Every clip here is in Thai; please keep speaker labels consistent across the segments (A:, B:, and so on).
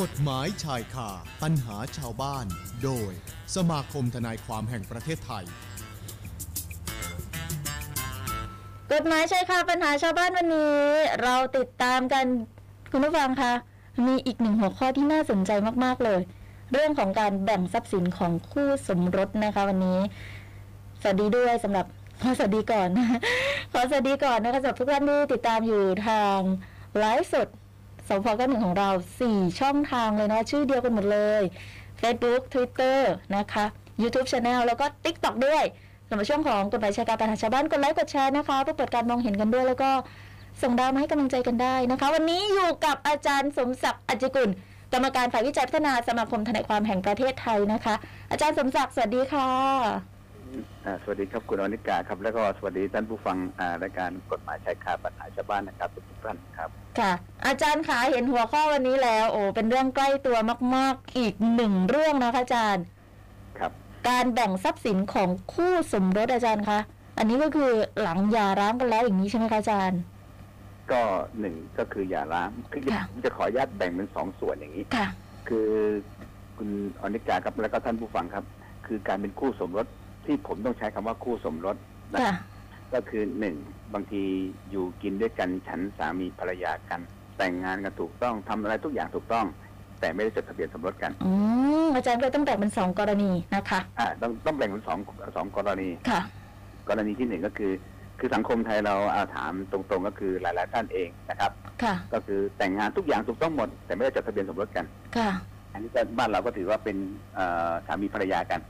A: กฎหมายชายคาปัญหาชาวบ้าน โดย สมาคมทนายความแห่งประเทศไทย
B: กฎหมายใช่ค่ะปัญหาชาวบ้านวันนี้ เราติดตามกันคุณผู้ฟังคะมีอีกหนึ่งหัวข้อที่น่าสนใจมาก ๆ เลย เรื่องของการแบ่งทรัพย์สินของคู่สมรสนะคะวันนี้ สวัสดีด้วยสำหรับขอสวัสดีก่อน ขอสวัสดีก่อนนะคะสำหรับทุกท่านที่ติดตามอยู่ทางไลฟ์สดสพกหนึ่งของเรา 4 ช่องทางเลยนะชื่อเดียวกันหมดเลย Facebook Twitter นะคะ YouTube Channel แล้วก็ TikTok ด้วยสำหรับช่วงของกฎหมายชายการปัญหาชาวบ้านกดไลค์กดแชร์นะคะเพื่อเปิดการมองเห็นกันด้วย แล้วก็ส่งดาวมาให้กำลังใจกันได้นะคะ วันนี้อยู่กับอาจารย์สมศักดิ์อจจิกุลกรรมการฝ่ายวิจัยพัฒนาสมาคมทนายความแห่งประเทศไทยนะคะ อาจารย์สมศักดิ์สวัสดีค่ะ
C: อ่าสวัสดีครับคุณอนิกาครับ แล้วก็สวัสดีท่านผู้ฟังอ่ารายการกฎหมายชายคาปัญหาชาวบ้านนะครับทุกท่านครับ
B: ค่ะ อาจารย์คะเห็นหัวข้อวันนี้แล้ว โอ้เป็นเรื่องใกล้ตัวมาก ๆ อีกหนึ่งเรื่องนะคะอาจารย์
C: ครับ
B: การแบ่งทรัพย์สินของคู่สมรสอาจารย์คะอันนี้ก็คือหลังหย่าร้างกันแล้วอย่างนี้ใช่ไหมคะอาจารย์
C: ก็หนึ่งก็คืออย่าร้างคือ
B: ค่ะ
C: ผมจะขออนุญาตแบ่งเป็นสองส่วนอย่างนี้
B: ค่ะ
C: คือคุณอนิกาครับแล้วก็ท่านผู้ฟังครับ คือการเป็นคู่สมรสที่ผมต้องใช้คำว่าคู่สมรสนะ
B: ค่ะ
C: ก็คือหนึ่งบางทีอยู่กินด้วยกันฉันสามีภรรยากัน แต่งงานกันถูกต้องทำอะไรทุกอย่างถูกต้อง แต่ไม่ได้จดทะเบียนสมรสกัน
B: อืมอาจารย์ก็เลยต้องแบ่งเป็นสองกรณีนะคะ
C: อ่าต้องต้องแบ่งเป็นสองสองกรณี
B: ค่ะ
C: กรณีที่หนึ่งก็คือ คือสังคมไทยเราอาถามตรงๆก็คือหลายๆท่านเองนะครับ
B: ค่ะ
C: ก็คือแต่งงานทุกอย่างถูกต้องหมด แต่ไม่ได้จดทะเบียนสมรสกัน
B: ค่ะ
C: อันนี้ก็บ้านเราก็ถือว่าเป็นเอ่อสามีภรรยากัน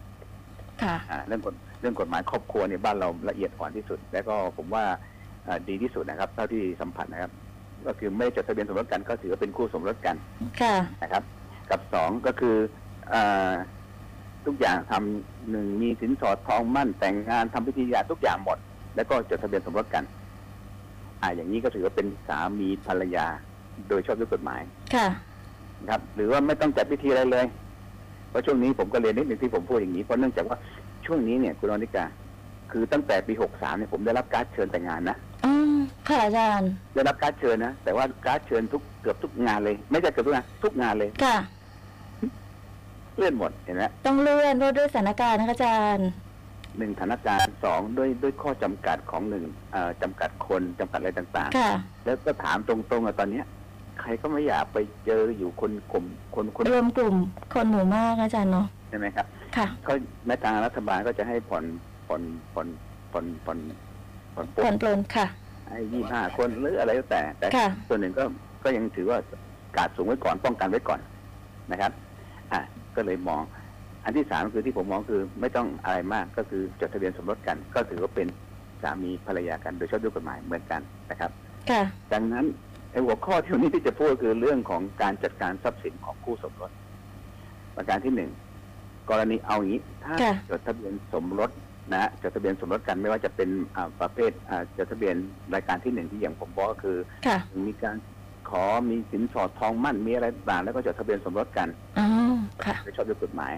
B: ค่ะ
C: อ่าเรื่องกฎเรื่องกฎหมายครอบครัวเนี่ยบ้านเราละเอียดอ่อนที่สุด และก็ผมว่าเอ่อดีที่สุดนะครับเท่าที่สัมผัสนะครับ ก็คือไม่ได้จดทะเบียนสมรสกันก็ถือว่าเป็นคู่สมรสกัน
B: ค่ะ
C: นะครับกับสองก็คือเออทุกอย่างทำหนึ่งมีสินสอดทองมั่นแต่งงานทำพิธีหย่าทุกอย่างหมด แล้วก็จดทะเบียนสมรสกัน อ่าอย่างนี้ก็ถือว่าเป็นสามีภรรยาโดยชอบด้วยกฎหมาย
B: ค่ะ
C: นะครับ หรือว่าไม่ต้องจัดพิธีอะไรเลยเพราะช่วงนี้ผมก็เรียนนิดหนึ่งที่ผมพูดอย่างนี้เพราะเนื่องจากว่าช่วงนี้เนี่ยคุณอนิกา คือตั้งแต่ปีหกสามเนี่ยผมได้รับการดเชิญแต่งงานนะ
B: อืมค่ะอาจารย์
C: ได้รับการดเชิญนะแต่ว่าการดเชิญทุกเกือบทุกงานเลย ไม่ใช่เกือบทุกงานทุกงานเลย
B: ค่ะ
C: เลื่อนหมดเห็นไหม
B: ต้องเลื่อนเพราะด้วยสถานการณ์นะคะอาจารย์
C: หนึ่งสถานการณ์สองด้วยด้วยข้อจำกัดของหนึ่งเอ่อจำกัดคนจำกัดอะไรต่าง
B: ค่ะ
C: ๆ แล้วก็ถามตรงๆอะตอนเนี้ย ใครก็ไม่อยากไปเจออยู่คนกลุ่มคนคน
B: รวมกลุ่มคนหมู่มากอาจารย์เนาะ
C: ใช่ไหมครับ
B: ค่ะ
C: เขาแม้ทางรัฐบาลก็จะให้ผ่อนผ่อนผ่อนผ่อนผ่อนผ่อนปล
B: ผ่อ
C: ด
B: นปลนค่ะ
C: ให้ยี่ห้าคนหรืออะไรก็แต่ แต่
B: ค่ะ
C: ส่วนหนึ่งก็ก็ยังถือว่าการสูงไว้ก่อนป้องกันไว้ก่อนนะครับอ่ะก็เลยมอง อันที่สามคือที่ผมมองคือไม่ต้องอะไรมากก็คือจดทะเบียนสมรสกัน ก็ถือว่าเป็นสามีภรรยากันโดยชอบด้วยกฎหมายเหมือนกันนะครับ
B: ค่ะ
C: ดังนั้นไอ้หัวข้อที่วันนี้ที่จะพูดคือเรื่องของการจัดการทรัพย์สินของคู่สมรส ประการที่หนึ่งกรณีเอาอย่างนี้ถ้า
B: ค่ะ
C: จดทะเบียนสมรสนะฮะจดทะเบียนสมรสกันไม่ว่าจะเป็นอ่าประเภทอ่าจดทะเบียนรายการที่หนึ่งที่อย่างผมบอกก็คือ
B: ค่ะ
C: มีการขอมีสินสอดทองมั่นมีอะไรต่างๆแล้วก็จดทะเบียนสมรสกัน
B: อ๋อ ค่ะ
C: ไม่ชอบด้วยกฎหมาย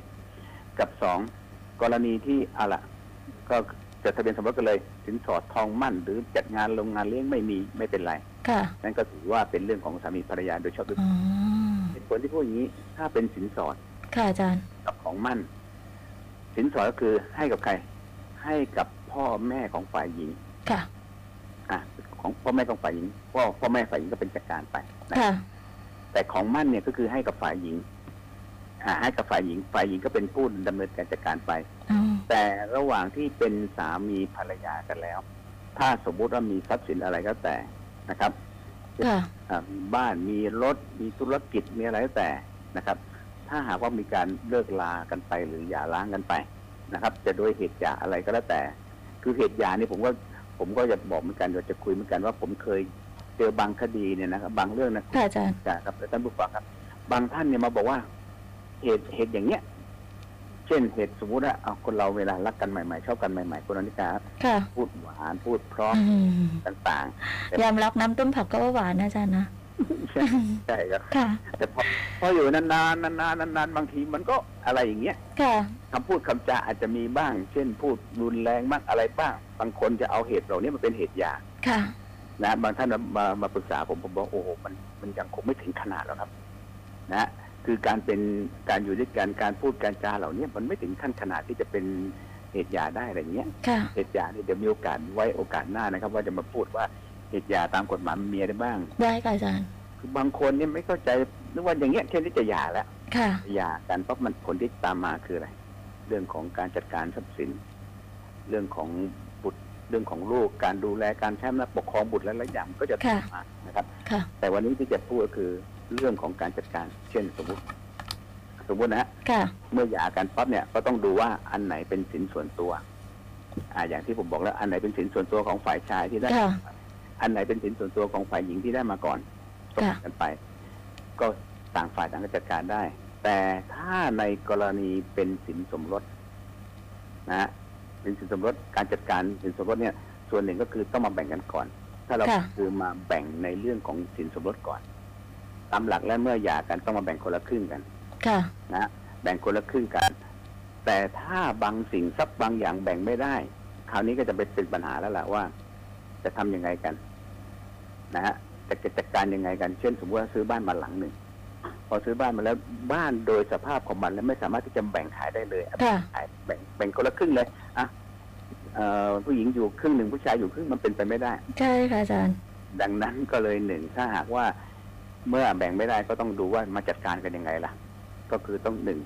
C: กับสองกรณีที่เอาละก็จดทะเบียนสมรสกันเลยสินสอดทองมั่น หรือจัดงานโรงงานเลี้ยงไม่มีไม่เป็นไร
B: ค่ะ
C: นั่นก็ถือว่าเป็นเรื่องของสามีภรรยาโดยชอบด้วย
B: อ๋อ
C: เหตุผลที่พูดอย่างนี้ ถ้าเป็นสินสอด
B: ค่ะอาจารย์
C: กับของมั่น สินสอดก็คือให้กับใคร ให้กับพ่อแม่ของฝ่ายหญิง
B: ค่ะ
C: อ่ะของพ่อแม่ของฝ่ายหญิงพ่อพ่อแม่ฝ่ายหญิงก็เป็นจัดการไปนะ
B: ค่ะ
C: แต่ของมั่นเนี่ยก็คือให้กับฝ่ายหญิงอ่าให้กับฝ่ายหญิง ฝ่ายหญิงก็เป็นผู้ดำเนินการจัดการไป
B: อ๋อ
C: แต่ระหว่างที่เป็นสามีภรรยากันแล้ว ถ้าสมมุติว่ามีทรัพย์สินอะไรก็แต่นะครับ
B: ค่ะ
C: อ่ามีบ้านมีรถมีธุรกิจมีอะไรก็แต่นะครับ ถ้าหากว่ามีการเลิกลากันไปหรือหย่าร้างกันไปนะครับ จะโดยเหตุหย่าอะไรก็แล้วแต่ คือเหตุหย่านี่ผมก็ผมก็จะบอกเหมือนกันเดี๋ยวจะคุยเหมือนกันว่าผมเคยเจอบางคดีเนี่ยนะครับบางเรื่องนะ
B: ค่ะอาจารย์
C: ครับครับและท่านผู้ฟังครับ บางท่านเนี่ยมาบอกว่า เหตุเหตุอย่างเนี้ย เช่นเหตุสมมติว่าเอาคนเราเวลารักกันใหม่ๆชอบกันใหม่ๆคนอนิกาครับ
B: ค่ะ
C: พูดหวานพูดเพร้อม
B: อืม
C: ต่าง
B: ยามรักน้ำต้มผักก็ว่าหวานนะอาจารย์นะ
C: ๆใช่ใช่ครับ
B: ค่ะ
C: แต่พอพออยู่นานๆนานๆนานๆบางทีมันก็อะไรอย่างเงี้ย
B: ค่ะ
C: คำพูดคำจาอาจจะมีบ้าง เช่น พูดรุนแรงบ้างอะไรบ้างบางคนจะเอาเหตุเหล่านี้มาเป็นเหตุหย่า
B: ค่ะ
C: นะบางท่านมามามาปรึกษาผมผมบอกโอ้โหมันมันยังคงไม่ถึงขนาดหรอกครับ นะ คือการเป็นการอยู่ด้วยกันการพูดการจาเหล่านี้มันไม่ถึงขั้นขนาดที่จะเป็นเหตุหยาได้อะไรเงี้ย
B: ค่ะ
C: เหตุหยาเนี่ยเดี๋ยวมีโอกาสไว้โอกาสหน้านะครับ ว่าจะมาพูดว่าเหตุหยาตามกฎหมายมันมีอะไรบ้าง
B: ได้ค่ะอาจารย์
C: คือบางคนเนี่ยไม่เข้าใจนึกว่าอย่างเงี้ยแค่นี้จะหย่าแล้ว
B: ค่ะ
C: หย่ากันปั๊บมันผลที่ตามมาคืออะไร เรื่องของการจัดการทรัพย์สิน เรื่องของบุตรเรื่องของลูกการดูแลการใช้อำนาจปกครองบุตรและหลายๆอย่างก็จะตามมานะครับ
B: ค่ะ
C: แต่วันนี้ที่จะพูดก็คือเรื่องของการจัดการ เช่นสมมติ สมมตินะฮะ
B: ค่ะ
C: เมื่อหย่ากันปั๊บเนี่ยก็ต้องดูว่าอันไหนเป็นสินส่วนตัว อ่า อย่างที่ผมบอกแล้วอันไหนเป็นสินส่วนตัวของฝ่ายชายที่ได้
B: ค่ะ
C: อันไหนเป็นสินส่วนตัวของฝ่ายหญิงที่ได้มาก่อนตก
B: ค่ะ
C: กันไป ก็ต่างฝ่ายต่างก็จัดการได้ แต่ถ้าในกรณีเป็นสินสมรสนะฮะเป็นสินสมรสการจัดการสินสมรสเนี่ย ส่วนหนึ่งก็คือต้องมาแบ่งกันก่อน ถ้าเรา
B: ค่ะ
C: คือมาแบ่งในเรื่องของสินสมรสก่อนตามหลักแล้วเมื่อหย่ากันต้องมาแบ่งคนละครึ่งกัน
B: ค่ะ
C: นะฮะแบ่งคนละครึ่งกัน แต่ถ้าบางสิ่งทรัพย์บางอย่างแบ่งไม่ได้ คราวนี้ก็จะเป็นเป็นปัญหาแล้วล่ะว่า จะทำยังไงกันนะฮะจะจะจัดการยังไงกัน เช่น สมมติว่าซื้อบ้านมาหลังหนึ่งพอซื้อบ้านมาแล้วบ้านโดยสภาพของมันแล้วไม่สามารถที่จะแบ่งขายได้เลยอ่ะ
B: ค่ะ
C: ขายแบ่งแบ่งคนละครึ่งเลยอ่ะเอ่อผู้หญิงอยู่ครึ่งหนึ่งผู้ชายอยู่ครึ่งมันเป็นไปไม่ได้
B: ใช่ค่ะอาจารย์
C: ดังนั้นก็เลยหนึ่งถ้าหากว่าเมื่อแบ่งไม่ได้ก็ต้องดูว่ามาจัดการกันยังไงล่ะ ก็คือต้องหนึ่ง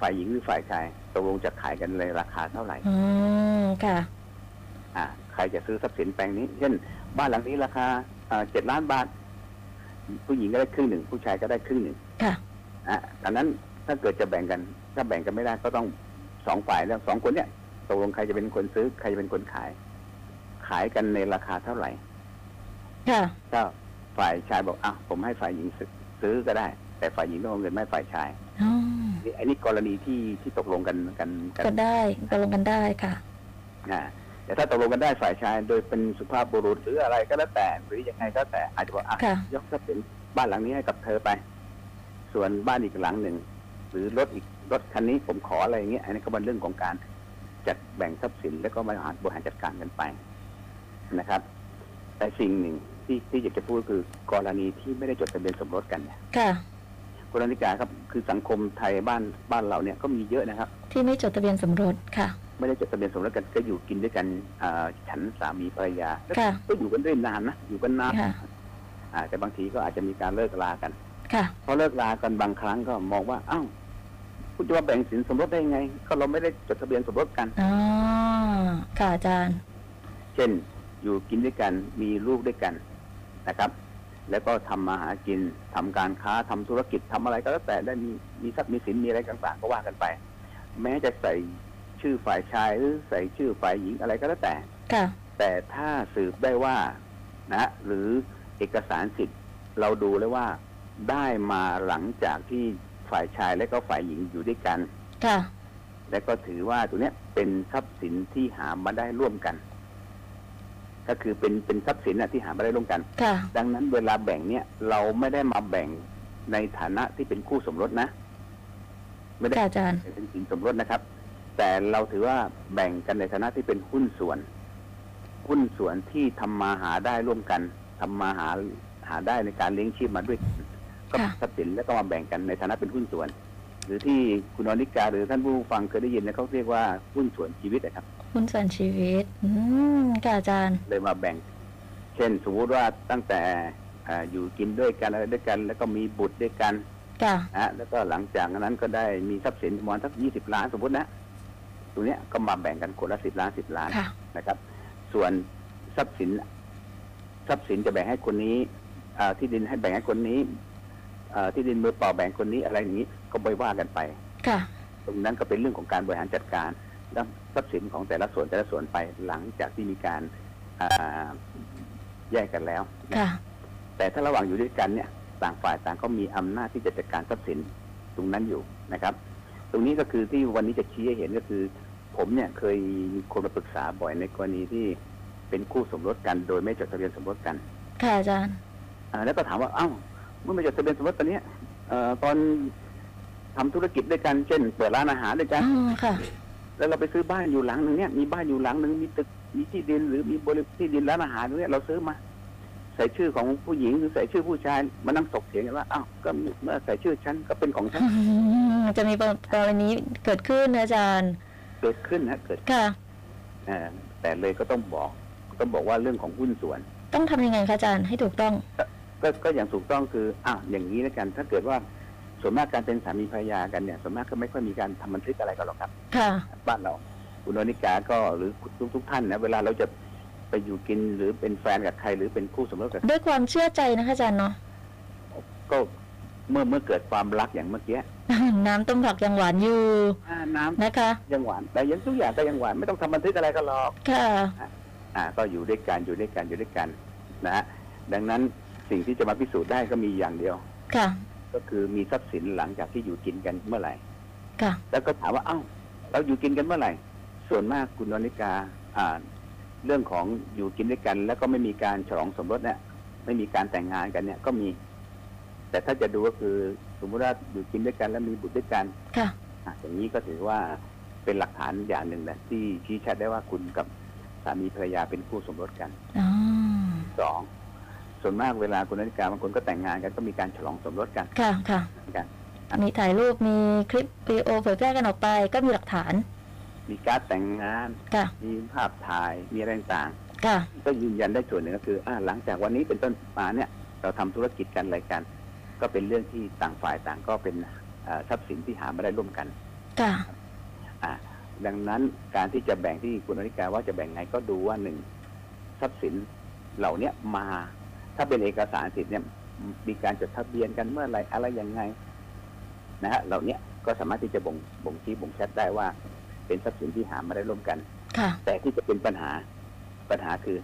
C: ฝ่ายหญิงหรือฝ่ายชายตกลงจะขายกันในราคาเท่าไหร่
B: อืม ค่ะ
C: อ่าใครจะซื้อทรัพย์สินแปลงนี้ เช่น บ้านหลังนี้ราคาเจ็ดล้านบาท ผู้หญิงก็ได้ครึ่งหนึ่งผู้ชายก็ได้ครึ่งหนึ่ง
B: ค่ะ
C: อ่ะดังนั้นถ้าเกิดจะแบ่งกัน ถ้าแบ่งกันไม่ได้ก็ต้องสองฝ่ายแล้วสองคนเนี่ยตกลงใครจะเป็นคนซื้อใครจะเป็นคนขาย ขายกันในราคาเท่าไหร่
B: ค่ะ
C: ก็ฝ่ายชายบอกอ่ะผมให้ฝ่ายหญิงซื้อซื้อก็ได้ แต่ฝ่ายหญิงต้องเอาเงินไม่ฝ่ายชาย
B: อ๋อ
C: นี่อันนี้กรณีที่ที่ตกลงกันกันกั
B: ก็
C: น
B: ได้ตกลงกันได้ค่ะ
C: นะแต่ถ้าตกลงกันได้ฝ่ายชาย โดยเป็นสุภาพบุรุษหรืออะไรก็แล้วแต่ หรือยังไงก็แล้วแต่อาจจะบอกอ่ะ
B: ค่ะ
C: ยกทรัพย์สินบ้านหลังนี้ให้กับเธอไป ส่วนบ้านอีกหลังหนึ่ง หรือรถอีกรถคันนี้ผมขออะไรอย่างเงี้ยอันนี้ก็เป็นเรื่องของการจัดแบ่งทรัพย์สินแล้วก็มาบริหารจัดการกันไปนะครับ แต่สิ่งหนึ่งที่ที่อยากจะพูดคือกรณีที่ไม่ได้จดทะเบียนสมรสกันเนี่ย
B: ค่ะ
C: คุณอนิกาครับคือสังคมไทยบ้านบ้านเราเนี่ยก็มีเยอะนะครับ
B: ที่ไม่จดทะเบียนสมรสค่ะ
C: ไม่ได้จดทะเบียนสมรสกันก็อยู่กินด้วยกันอ่าฉันสามีภรรยาแล้ว
B: ค่ะ
C: ก็อยู่กันด้วยนานนะอยู่กันนาน
B: ค่ะ
C: อ่าแต่บางทีก็อาจจะมีการเลิกลากัน
B: ค่ะ
C: พอเลิกลากันบางครั้งก็มองว่าอ้าวคุณจะว่าแบ่งสินสมรสได้ไง ก็เราไม่ได้จดทะเบียนสมรสกัน
B: อ๋อ ค่ะอาจารย์
C: เช่น อยู่กินด้วยกันมีลูกด้วยกันนะครับ แล้วก็ทำมาหากินทำการค้าทำธุรกิจทำอะไรก็แล้วแต่ได้มีมีทรัพย์มีสินมีอะไรต่างๆ ก็ว่ากันไป แม้จะใส่ชื่อฝ่ายชายหรือใส่ชื่อฝ่ายหญิงอะไรก็แล้วแต่
B: ค่ะ
C: แต่ถ้าสืบได้ว่านะ หรือเอกสารสิทธิ์เราดูแล้วว่าได้มาหลังจากที่ฝ่ายชายและก็ฝ่ายหญิงอยู่ด้วยกัน
B: ค่ะ
C: และก็ถือว่าตัวเนี้ยเป็นทรัพย์สินที่หามาได้ร่วมกัน ก็คือเป็นเป็นทรัพย์สินน่ะที่หามาได้ร่วมกัน
B: ค่ะ
C: ดังนั้นเวลาแบ่งเนี่ยเราไม่ได้มาแบ่งในฐานะที่เป็นคู่สมรสนะ ไม่ได้
B: ค่ะอาจารย์
C: เป็นสินสมรสนะครับ แต่เราถือว่าแบ่งกันในฐานะที่เป็นหุ้นส่วน หุ้นส่วนที่ทำมาหาได้ร่วมกันทำมาหาหาได้ในการเลี้ยงชีพมาด้วยกันก็เป็น
B: ค่ะ
C: ทรัพย์สินแล้วก็มาแบ่งกันในฐานะเป็นหุ้นส่วน หรือที่คุณอนิกาหรือท่านผู้ฟังเคยได้ยินนะเขาเรียกว่าหุ้นส่วนชีวิตนะครับ
B: หุ้นส่วนชีวิต อืม ค่ะอาจารย์
C: เลยมาแบ่ง เช่นสมมติว่าตั้งแต่อ่าอยู่กินด้วยกันอะไรด้วยกัน แล้วก็มีบุตรด้วยกัน
B: ค่ะ
C: นะฮะแล้วก็หลังจากนั้นก็ได้มีทรัพย์สินประมาณสักยี่สิบล้านสมมตินะตรงเนี้ยก็มาแบ่งกันคนละสิบล้านสิบล้าน
B: ค่ะ
C: นะครับ ส่วนทรัพย์สิน ทรัพย์สินจะแบ่งให้คนนี้อ่าที่ดินให้แบ่งให้คนนี้อ่าที่ดินมือเปล่าแบ่งคนนี้อะไรอย่างนี้ก็ไปว่ากันไป
B: ค่ะ
C: ตรงนั้นก็เป็นเรื่องของการบริหารจัดการและทรัพย์สินของแต่ละส่วนแต่ละส่วนไปหลังจากที่มีการอ่าแยกกันแล้ว
B: ค่ะ
C: แต่ถ้าระหว่างอยู่ด้วยกันเนี่ยต่างฝ่ายต่างก็มีอำนาจที่จะจัดการทรัพย์สินตรงนั้นอยู่นะครับ ตรงนี้ก็คือที่วันนี้จะชี้ให้เห็นก็คือ ผมเนี่ยเคยมีคนมาปรึกษาบ่อยในกรณีที่เป็นคู่สมรสกัน โดยไม่จดทะเบียนสมรสกัน
B: ค่ะอาจารย์
C: อ่าแล้วก็ถามว่า เอ้า เมื่อมาจดทะเบียนสมรสตอนเนี้ยเอ่อตอนทำธุรกิจด้วยกัน เช่น เปิดร้านอาหารด้วยกัน
B: อืม ค่ะ
C: แล้วเราไปซื้อบ้านอยู่หลังหนึ่งเนี่ยมีบ้านอยู่หลังหนึ่งมีตึกมีที่ดินหรือมีบริที่ดินร้านอาหารตรงเนี้ยเราซื้อมา ใส่ชื่อของผู้หญิงหรือใส่ชื่อผู้ชายมานั่งตกเถียงกันว่าอ้าวก็เมื่อใส่ชื่อฉันก็เป็นของฉัน
B: จะมีประมาณนี้เกิดขึ้นนะอาจารย์
C: เกิดขึ้นนะเกิด
B: ค่ะ
C: เอ่อแต่เลยก็ต้องบอกต้องบอกว่าเรื่องของหุ้นส่วน
B: ต้องทำยังไงคะอาจารย์ให้ถูกต้อง
C: ก็ก็อย่างถูกต้องคืออ่ะอย่างนี้แล้วกัน ถ้าเกิดว่าส่วนมากการเป็นสามีภรรยากันเนี่ยส่วนมากก็ไม่ค่อยมีการทำบันทึกอะไรกันหรอกครับ
B: ค่ะ
C: บ้านเราคุณอนิกาก็หรือทุกทุกๆท่านนะเวลาเราจะไปอยู่กินหรือเป็นแฟนกับใครหรือเป็นคู่สมรสกับ
B: ด้วยความเชื่อใจนะคะอาจารย์เนาะ
C: ก็เมื่อเมื่อเกิดความรักอย่างเมื่อกี้
B: น้ำต้มผักยังหวานอยู่
C: อ่าน้ำ
B: นะคะ
C: ยังหวานแต่ยังทุกอย่างแต่ยังหวานไม่ต้องทำบันทึกอะไรกันหรอก
B: ค่ะ
C: อ่าก็อยู่ด้วยกันอยู่ด้วยกันอยู่ด้วยกันนะฮะดังนั้นสิ่งที่จะมาพิสูจน์ได้ก็มีอย่างเดียว
B: ค่ะ
C: ก็คือมีทรัพย์สินหลังจากที่อยู่กินกันเมื่อไหร่
B: ค่ะ
C: แล้วก็ถามว่าเอ้าเราอยู่กินกันเมื่อไหร่ ส่วนมากคุณวนิกาอ่านเรื่องของอยู่กินด้วยกัน แล้วก็ไม่มีการฉลองสมรสเนี่ยไม่มีการแต่งงานกันเนี่ยก็มี แต่ถ้าจะดูก็คือสมมติว่าอยู่กินด้วยกันแล้วมีบุตรด้วยกัน
B: ค่ะ
C: อ่ะอย่างนี้ก็ถือว่าเป็นหลักฐานอย่างหนึ่งแหละที่ชี้ชัดได้ว่าคุณกับสามีภรรยาเป็นคู่สมรสกัน
B: อ๋อ
C: สองส่วนมากเวลาคุณนักการบางคนก็แต่งงานกันก็มีการฉลองสมรสกัน
B: ค่ะ ค่ะ มีถ่ายรูป มีคลิปวิดีโอเผยแพร่กันออกไป ก็มีหลักฐาน
C: มีการดแต่งงาน
B: ค่ะ
C: มีภาพถ่ายมีอะไรต่าง
B: ค่ะ
C: ๆก็ยืนยันได้ส่วนหนึ่งก็คืออ่าหลังจากวันนี้เป็นต้นมาเนี่ย เราทำธุรกิจกันอะไรกัน ก็เป็นเรื่องที่ต่างฝ่ายต่างก็เป็นเอ่อทรัพย์สินที่หามาได้ร่วมกัน
B: ค่ะ
C: ดังนั้นการที่จะแบ่งที่คุณอนิกาว่าจะแบ่งไงก็ดูว่าหนึ่งทรัพย์สินเหล่าเนี้ยมา ถ้าเป็นเอกสารสิทธิ์เนี่ยมีการจดทะเบียนกันเมื่อไหรอะไรยังไงนะฮะเหล่าเนี้ยก็สามารถที่จะบ่งบ่งชี้บ่งชัดได้ว่า เป็นทรัพย์สินที่หามาได้ร่วมกัน
B: ค่ะ
C: แต่ที่จะเป็นปัญหาปัญหาคือ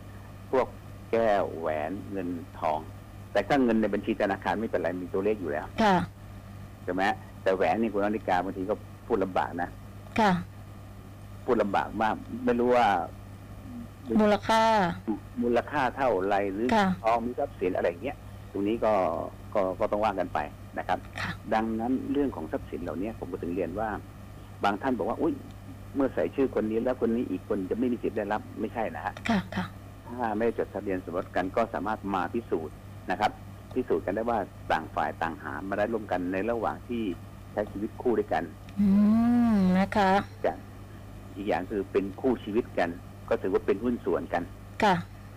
C: พวกแก้วแหวนเงินทอง แต่ถ้าเงินในบัญชีธนาคารไม่เป็นไรมีตัวเลขอยู่แล้ว
B: ค่ะ
C: ใช่ไหมแต่แหวนนี่คุณอนิกาบางทีก็พูดลำบากนะ
B: ค่ะ
C: พูดลำบากมาก ไม่รู้ว่า
B: มูลค่า
C: มูลค่าเท่าไรหรือ
B: ค่ะ
C: ทองมีทรัพย์สินอะไรอย่างเงี้ยตรงนี้ก็ก็ก็ต้องว่ากันไปนะครับ
B: ค่ะ
C: ดังนั้นเรื่องของทรัพย์สินเหล่านี้ผมก็ถึงเรียนว่า บางท่านบอกว่า อุ้ยเมื่อใส่ชื่อคนนี้แล้วคนนี้อีกคนจะไม่มีสิทธิ์ได้รับไม่ใช่นะฮะ
B: ค่ะ ค่ะ
C: ถ้าไม่ได้จดทะเบียนสมรสกันก็สามารถมาพิสูจน์นะครับ พิสูจน์กันได้ว่าต่างฝ่ายต่างหามาได้ร่วมกันในระหว่างที่ใช้ชีวิตคู่ด้วยกัน
B: อืม นะคะ
C: กันอีกอย่างคือเป็นคู่ชีวิตกัน ก็ถือว่าเป็นหุ้นส่วนกัน
B: ค่ะ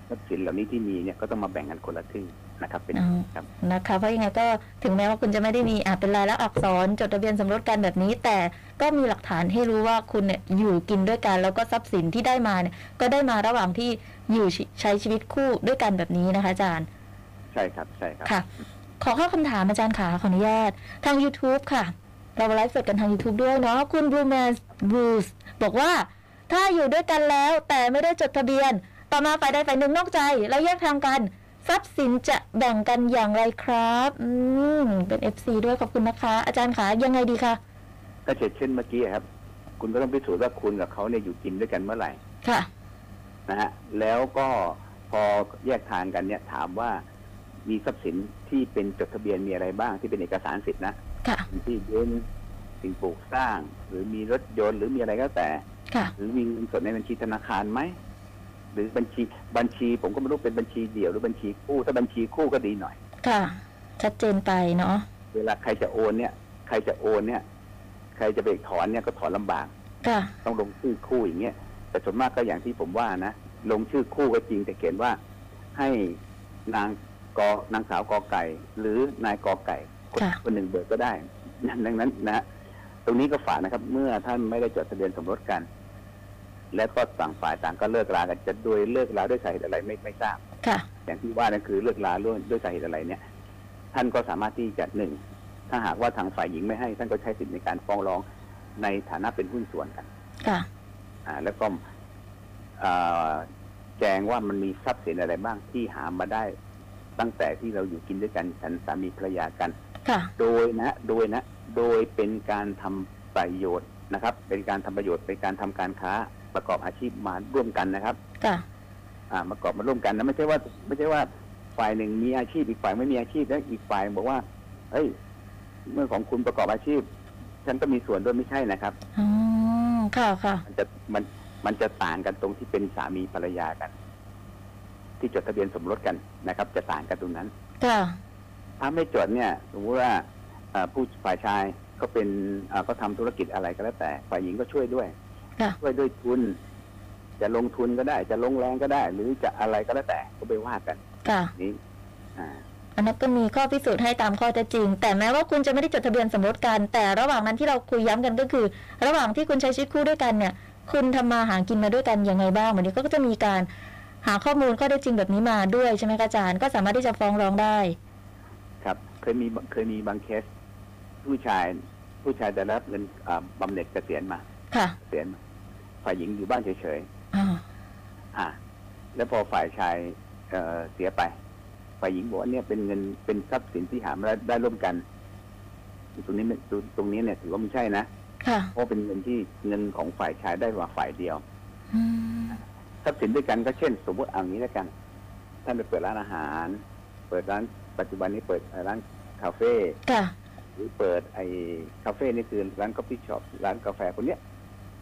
C: ทรัพย์สินเหล่านี้ที่มีเนี่ยก็ต้องมาแบ่งกันคนละครึ่งนะครับ เป็น
B: เอา
C: ครับ
B: นะคะ เพราะยังไงก็ถึงแม้ว่าคุณจะไม่ได้มีอาจเป็นลายลักษณ์อักษรจดทะเบียนสมรสกันแบบนี้ แต่ก็มีหลักฐานให้รู้ว่าคุณเนี่ยอยู่กินด้วยกัน แล้วก็ทรัพย์สินที่ได้มาเนี่ยก็ได้มาระหว่างที่อยู่ชิใช้ชีวิตคู่ด้วยกันแบบนี้นะคะอาจารย์
C: ใช่ครับใช่ครับ
B: ค่ะ ขอเข้าคำถามอาจารย์ขาขออนุญาต ทาง YouTube ค่ะ เราไลฟ์สดกันทาง YouTube ด้วยเนาะคุณ Blue Man Blues บอกว่า ถ้าอยู่ด้วยกันแล้วแต่ไม่ได้จดทะเบียน ต่อมาฝ่ายใดฝ่ายหนึ่งนอกใจ แล้วแยกทางกัน ทรัพย์สินจะแบ่งกันอย่างไรครับ อืม เป็น FC ด้วยขอบคุณนะคะ อาจารย์ขายังไงดีคะ
C: ก็เช่นเช่นเมื่อกี้ครับ คุณก็ต้องพิสูจน์ว่าคุณกับเขาเนี่ยอยู่กินด้วยกันเมื่อไหร่
B: ค่ะ
C: นะฮะแล้วก็พอแยกทางกันเนี่ยถามว่ามีทรัพย์สินที่เป็นจดทะเบียนมีอะไรบ้างที่เป็นเอกสารสิทธินะ
B: ค่ะ
C: ที่ดินสิ่งปลูกสร้าง หรือมีรถยนต์หรือมีอะไรก็แต่
B: ค่ะ
C: หรือมีเงินสดในบัญชีธนาคารไหม หรือบัญชีบัญชีผมก็ไม่รู้เป็นบัญชีเดี่ยวหรือบัญชีคู่ ถ้าบัญชีคู่ก็ดีหน่อย
B: ค่ะ ชัดเจนไปเนาะ
C: เวลาใครจะโอนเนี่ย ใครจะโอนเนี่ย ใครจะไปถอนเนี่ยก็ถอนลำบาก
B: ค่ะ
C: ต้องลงชื่อคู่อย่างเงี้ยแต่ส่วนมากก็อย่างที่ผมว่านะ ลงชื่อคู่ก็จริงแต่เขียนว่าให้นางกอนางสาวกอไก่ หรือนายกอไก่คน
B: ค่ะ
C: คนหนึ่งเบิกก็ได้ ดังนั้นนะตรงนี้ก็ฝากนะครับ เมื่อท่านไม่ได้จดทะเบียนสมรสกัน และก็ต่างฝ่ายต่างก็เลิกรากันจะโดยเลิกราด้วยสาเหตุอะไรไม่ไม่ทราบ
B: ค่ะ
C: อย่างที่ว่านั่นคือเลิกลาด้วยด้วยสาเหตุอะไรเนี่ย ท่านก็สามารถที่จะหนึ่งถ้าหากว่าทางฝ่ายหญิงไม่ให้ ท่านก็ใช้สิทธิ์ในการฟ้องร้องในฐานะเป็นหุ้นส่วนกัน
B: ค่ะ
C: อ่าแล้วก็อ่าแจงว่ามันมีทรัพย์สินอะไรบ้างที่หามาได้ ตั้งแต่ที่เราอยู่กินด้วยกันฉันสามีภรรยากัน
B: ค่ะ
C: โดยนะ โดยนะ โดยเป็นการทำประโยชน์นะครับ เป็นการทำประโยชน์เป็นการทำการค้าประกอบอาชีพมาร่วมกันนะครับ
B: ค่ะ
C: อ่าประกอบมาร่วมกันนะไม่ใช่ว่า ไม่ใช่ว่าฝ่ายหนึ่งมีอาชีพอีกฝ่ายไม่มีอาชีพแล้วอีกฝ่ายบอกว่าเฮ้ยเมื่อของคุณประกอบอาชีพ ฉันก็มีส่วนด้วยไม่ใช่นะครับ
B: อ๋อ ค่ะ ค่ะ
C: มันจะมันมันจะต่างกันตรงที่เป็นสามีภรรยากัน ที่จดทะเบียนสมรสกันนะครับ จะต่างกันตรงนั้น
B: ค่ะ
C: ถ้าไม่จดเนี่ยสมมติว่าเอ่อผู้ฝ่ายชายก็เป็นเอ่อก็ทำธุรกิจอะไรก็แล้วแต่ฝ่ายหญิงก็ช่วยด้วย
B: ค่ะ
C: ช่วยด้วยทุน จะลงทุนก็ได้ จะลงแรงก็ได้ หรือจะอะไรก็แล้วแต่ก็ไปว่ากัน
B: ค่ะ
C: นี้อ่า
B: อันนั้นก็มีข้อพิสูจน์ให้ตามข้อเท็จจริง แต่แม้ว่าคุณจะไม่ได้จดทะเบียนสมรสกัน แต่ระหว่างนั้นที่เราคุยย้ำกันก็คือ ระหว่างที่คุณใช้ชีวิตคู่ด้วยกันเนี่ย คุณทำมาหากินมาด้วยกันยังไงบ้างวันนี้ก็จะมีการหาข้อมูลข้อเท็จจริงแบบนี้มาด้วยใช่ไหมคะอาจารย์ก็สามารถที่จะฟ้องร้องได้
C: ครับเคยมีเคยมีบางเคส ผู้ชายผู้ชายได้รับเงินอ่าบำาเหน็จเกษียณมา
B: ค่ะ
C: เกษียณมาฝ่ายหญิงอยู่บ้านเฉย
B: อ่า
C: ๆอ่า แล้วพอฝ่ายชายเอ่อเสียไป ฝ่ายหญิงบอกว่าเนี่ยเป็นเงินเป็นทรัพย์สินที่หามาได้ได้ร่วมกัน ตรงนี้ไม่ตรงตรงนี้เนี่ยถือว่าไม่ใช่นะ
B: ค่ะ
C: เพราะเป็นเงินที่เงินของฝ่ายชายได้มาฝ่ายเดียว
B: อืม
C: ทรัพย์สินด้วยกันก็เช่น สมมติเอางี้แล้วกัน ท่านไปเปิดร้านอาหาร เปิดร้านปัจจุบันนี้เปิดร้านคาเฟ่
B: ค่ะ
C: หรือเปิดไอ้คาเฟ่นี่คือร้านกาแฟช็อปร้านกาแฟคนเนี้ย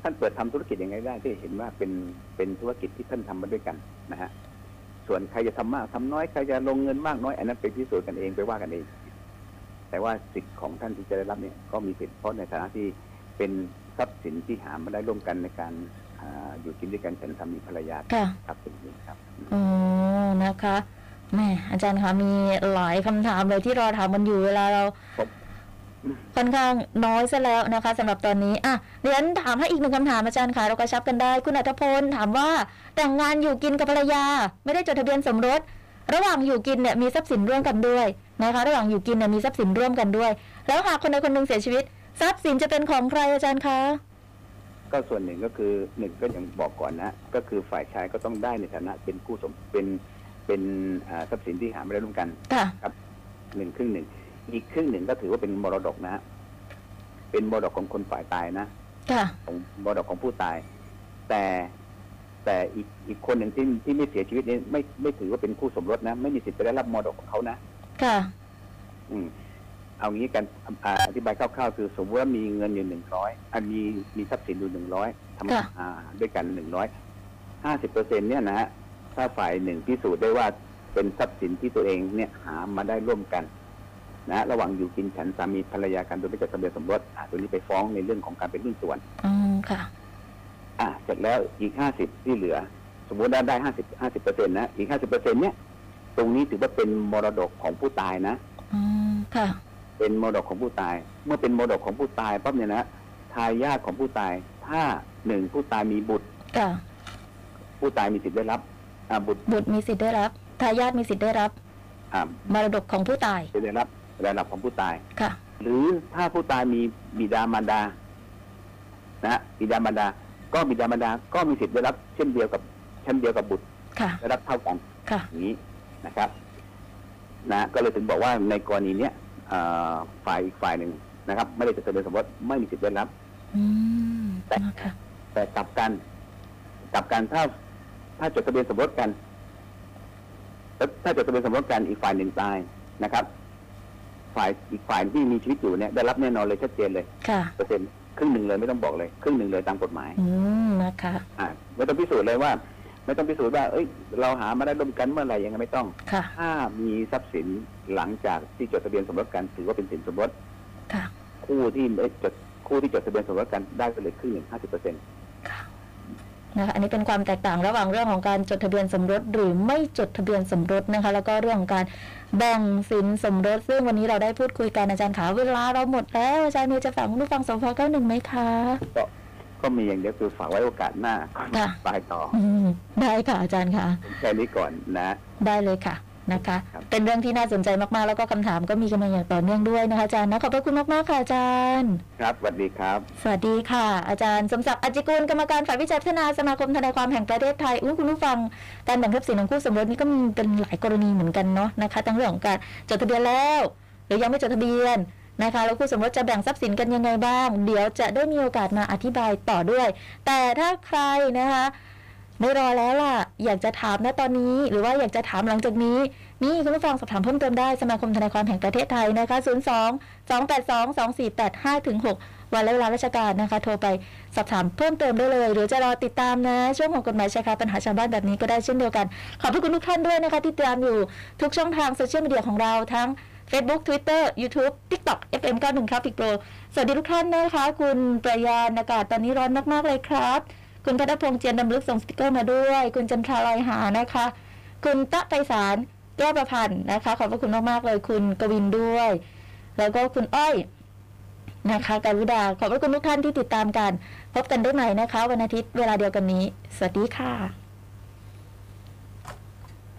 C: ท่านเปิดทำธุรกิจยังไงได้ที่เห็นว่าเป็นเป็นธุรกิจที่ท่านทำมาด้วยกันนะฮะส่วนใครจะทำมากทำน้อยใครจะลงเงินมากน้อยอันนั้นไปพิสูจน์กันเองไปว่ากันเอง แต่ว่าสิทธิ์ของท่านที่จะได้รับเนี่ยก็มีสิทธิ์เพราะในฐานะที่เป็นทรัพย์สินที่หามาได้ร่วมกันในการอ่าอยู่กินด้วยกันฉันทำมีภรรยา
B: ค่ะ
C: ครับเป็นอย่างนี้ครับ
B: อ๋อนะคะแหม่อาจารย์คะมีหลายคำถามเลยที่รอถามกันอยู่เวลาเรา
C: ครับ
B: ค่อนข้างน้อยซะแล้วนะคะสำหรับตอนนี้อ่ะเดี๋ยวถามให้อีกหนึ่งคำถามอาจารย์ค่ะเรากระชับกันได้ คุณอัธพลถามว่าแต่งงานอยู่กินกับภรรยา ไม่ได้จดทะเบียนสมรส ระหว่างอยู่กินเนี่ยมีทรัพย์สินร่วมกันด้วยนะคะระหว่างอยู่กินเนี่ยมีทรัพย์สินร่วมกันด้วย แล้วหากคนใดคนหนึ่งเสียชีวิต ทรัพย์สินจะเป็นของใครอาจารย์คะ
C: ก็ส่วนหนึ่งก็คือหนึ่งก็อย่างบอกก่อนนะ ก็คือฝ่ายชายก็ต้องได้ในฐานะเป็นผู้สมเป็นเป็นอ่าทรัพย์สินที่หาไม่ได้ร่วมกัน
B: ค่ะ
C: หนึ่งครึ่งหนึ่งอีกครึ่งหนึ่งก็ถือว่าเป็นมรดกนะฮะเป็นมรดกของคนฝ่ายตายนะ
B: ค่ะ
C: ของมรดกของผู้ตาย แต่แต่อีกอีกคนหนึ่งที่ที่ไม่เสียชีวิตนี้ไม่ไม่ถือว่าเป็นคู่สมรสนะ ไม่มีสิทธิ์ไปได้รับมรดกของเขานะ
B: ค่ะ
C: อืมเอางี้กันอ่าอธิบายคร่าวๆคือ สมมติว่ามีเงินอยู่หนึ่งร้อยมีมีทรัพย์สินอยู่หนึ่งร้อยทำอ่าด้วยกันหนึ่งร้อยห้าสิบเปอร์เซ็นเนี่ยนะฮะถ้าฝ่ายหนึ่งพิสูจน์ได้ว่าเป็นทรัพย์สินที่ตัวเองเนี่ยหามาได้ร่วมกัน นะฮะระหว่างอยู่กินฉันสามีภรรยากันโดยไม่จดทะเบียนสมรสอ่าตัวนี้ไปฟ้องในเรื่องของการเป็นหุ้นส่วน
B: อืมค่ะ
C: อ่ะเสร็จแล้วอีกห้าสิบที่เหลือ สมมติว่าได้ห้าสิบห้าสิบเปอร์เซ็นนะอีกห้าสิบเปอร์เซ็นเนี่ยตรงนี้ถือว่าเป็นมรดกของผู้ตายนะ
B: อืมค่ะ
C: เป็นมรดกของผู้ตาย เมื่อเป็นมรดกของผู้ตายปั๊บเนี่ยนะทายาทของผู้ตาย ถ้าหนึ่งผู้ตายมีบุตร
B: ค่ะ
C: ผู้ตายมีสิทธิ์ได้รับอ่าบุตร
B: บุตรมีสิทธิ์ได้รับ ทายาทมีสิทธิ์ได้รับ
C: อ่าม
B: รดกของผู้ตาย
C: จะได้รับระดับของผู้ตาย
B: ค่ะ
C: หรือถ้าผู้ตายมีบิดามารดา นะฮะบิดามารดา ก็บิดามารดาก็มีสิทธิ์ได้รับ เช่นเดียวกับเช่นเดียวกับบุตร
B: ค่ะ
C: ได้รับเท่ากัน
B: ค่ะ
C: อย่างนี้นะครับ นะ ก็เลยถึงบอกว่าในกรณีเนี้ยอ่าฝ่ายอีกฝ่ายหนึ่งนะครับ ไม่ได้จดทะเบียนสมรสไม่มีสิทธิ์ได้รับ
B: อืม
C: แต่
B: ค่ะ
C: แต่กลับกันกลับกันถ้าถ้าจดทะเบียนสมรสกันแล้วถ้าจดทะเบียนสมรสกันอีกฝ่ายหนึ่งตายนะครับ ฝ่ายอีกฝ่ายที่มีชีวิตอยู่เนี่ยได้รับแน่นอนเลยชัดเจนเลย
B: ค่ะ
C: เปอร์เซ็นต์ครึ่งหนึ่งเลยไม่ต้องบอกเลยครึ่งหนึ่งเลยตามกฎหมาย
B: อืม นะคะ
C: อ่าไม่ต้องพิสูจน์เลยว่า ไม่ต้องพิสูจน์ว่าเอ้ย เราหามาได้ร่วมกันเมื่อไหร่ยังไงไม่ต้อง
B: ค่ะ
C: ถ้ามีทรัพย์สินหลังจากที่จดทะเบียนสมรสกันถือว่าเป็นสินสมรส
B: ค่ะ
C: คู่ที่ไม่จดคู่ที่จดทะเบียนสมรสกันได้ไปเลยครึ่งหนึ่งห้าสิบเปอร์เซ็น
B: นะคะ อันนี้เป็นความแตกต่างระหว่างเรื่องของการจดทะเบียนสมรส หรือไม่จดทะเบียนสมรสนะคะ แล้วก็เรื่องของการแบ่งสินสมรส ซึ่งวันนี้เราได้พูดคุยกันอาจารย์ขาเวลาเราหมดแล้ว อาจารย์มีจะฝากคุณผู้ฟังสพเก้าหนึ่งไหมคะ
C: ก็มีอย่างเดียวคือฝากไว้โอกาสหน้าก็
B: ค่ะ
C: ไปต่อ
B: อืม ได้ค่ะอาจารย์ค่ะ
C: แค่นี้ก่อนนะ
B: ได้เลยค่ะนะคะ
C: ครับ
B: เป็นเรื่องที่น่าสนใจมากๆ แล้วก็คำถามก็มีกันมาอย่างต่อเนื่องด้วยนะคะอาจารย์นะขอบพระคุณมากๆค่ะอาจารย์
C: ครับสวัสดีครับ
B: สวัสดีค่ะ อาจารย์สมศักดิ์อจจิกุลกรรมการฝ่ายวิจัยพัฒนาสมาคมทนายความแห่งประเทศไทยอุ้ยคุณผู้ฟังการแบ่งทรัพย์สินของคู่สมรสนี่ก็มีเป็นหลายกรณีเหมือนกันเนาะนะคะทั้งเรื่องของการจดทะเบียนแล้ว หรือยังไม่จดทะเบียนนะคะแล้วคู่สมรสจะแบ่งทรัพย์สินกันยังไงบ้าง เดี๋ยวจะได้มีโอกาสมาอธิบายต่อด้วย แต่ถ้าใครนะคะ ไม่รอแล้วล่ะ อยากจะถามนะตอนนี้ หรือว่าอยากจะถามหลังจากนี้ นี่คุณผู้ฟังสอบถามเพิ่มเติมได้สมาคมทนายความแห่งประเทศไทยนะคะ 02 282 2485ถึง6 วันและเวลาราชการนะคะ โทรไปสอบถามเพิ่มเติมได้เลย หรือจะรอติดตามนะ ช่วงของกฎหมายชายคาปัญหาชาวบ้านแบบนี้ก็ได้เช่นเดียวกัน ขอบพระคุณทุกท่านด้วยนะคะ ที่ติดตามอยู่ทุกช่องทางโซเชียลมีเดียของเราทั้ง Facebook Twitter YouTube TikTok FM 91ครับปิกโปรสวัสดีทุกท่านนะคะ คุณประยานอากาศตอนนี้ร้อนมากๆเลยครับ คุณพัฒพงษ์เจียนดำลึกส่งสติกเกอร์มาด้วย คุณจันทราลอยหานะคะ คุณตะไพศาลแก้วประพันธ์นะคะ ขอบพระคุณมากๆเลย คุณกวินด้วย แล้วก็คุณอ้อยนะคะการุดาขอบพระคุณทุกท่านที่ติดตามกัน พบกันได้ใหม่นะคะ วันอาทิตย์เวลาเดียวกันนี้ สวัสดีค่ะ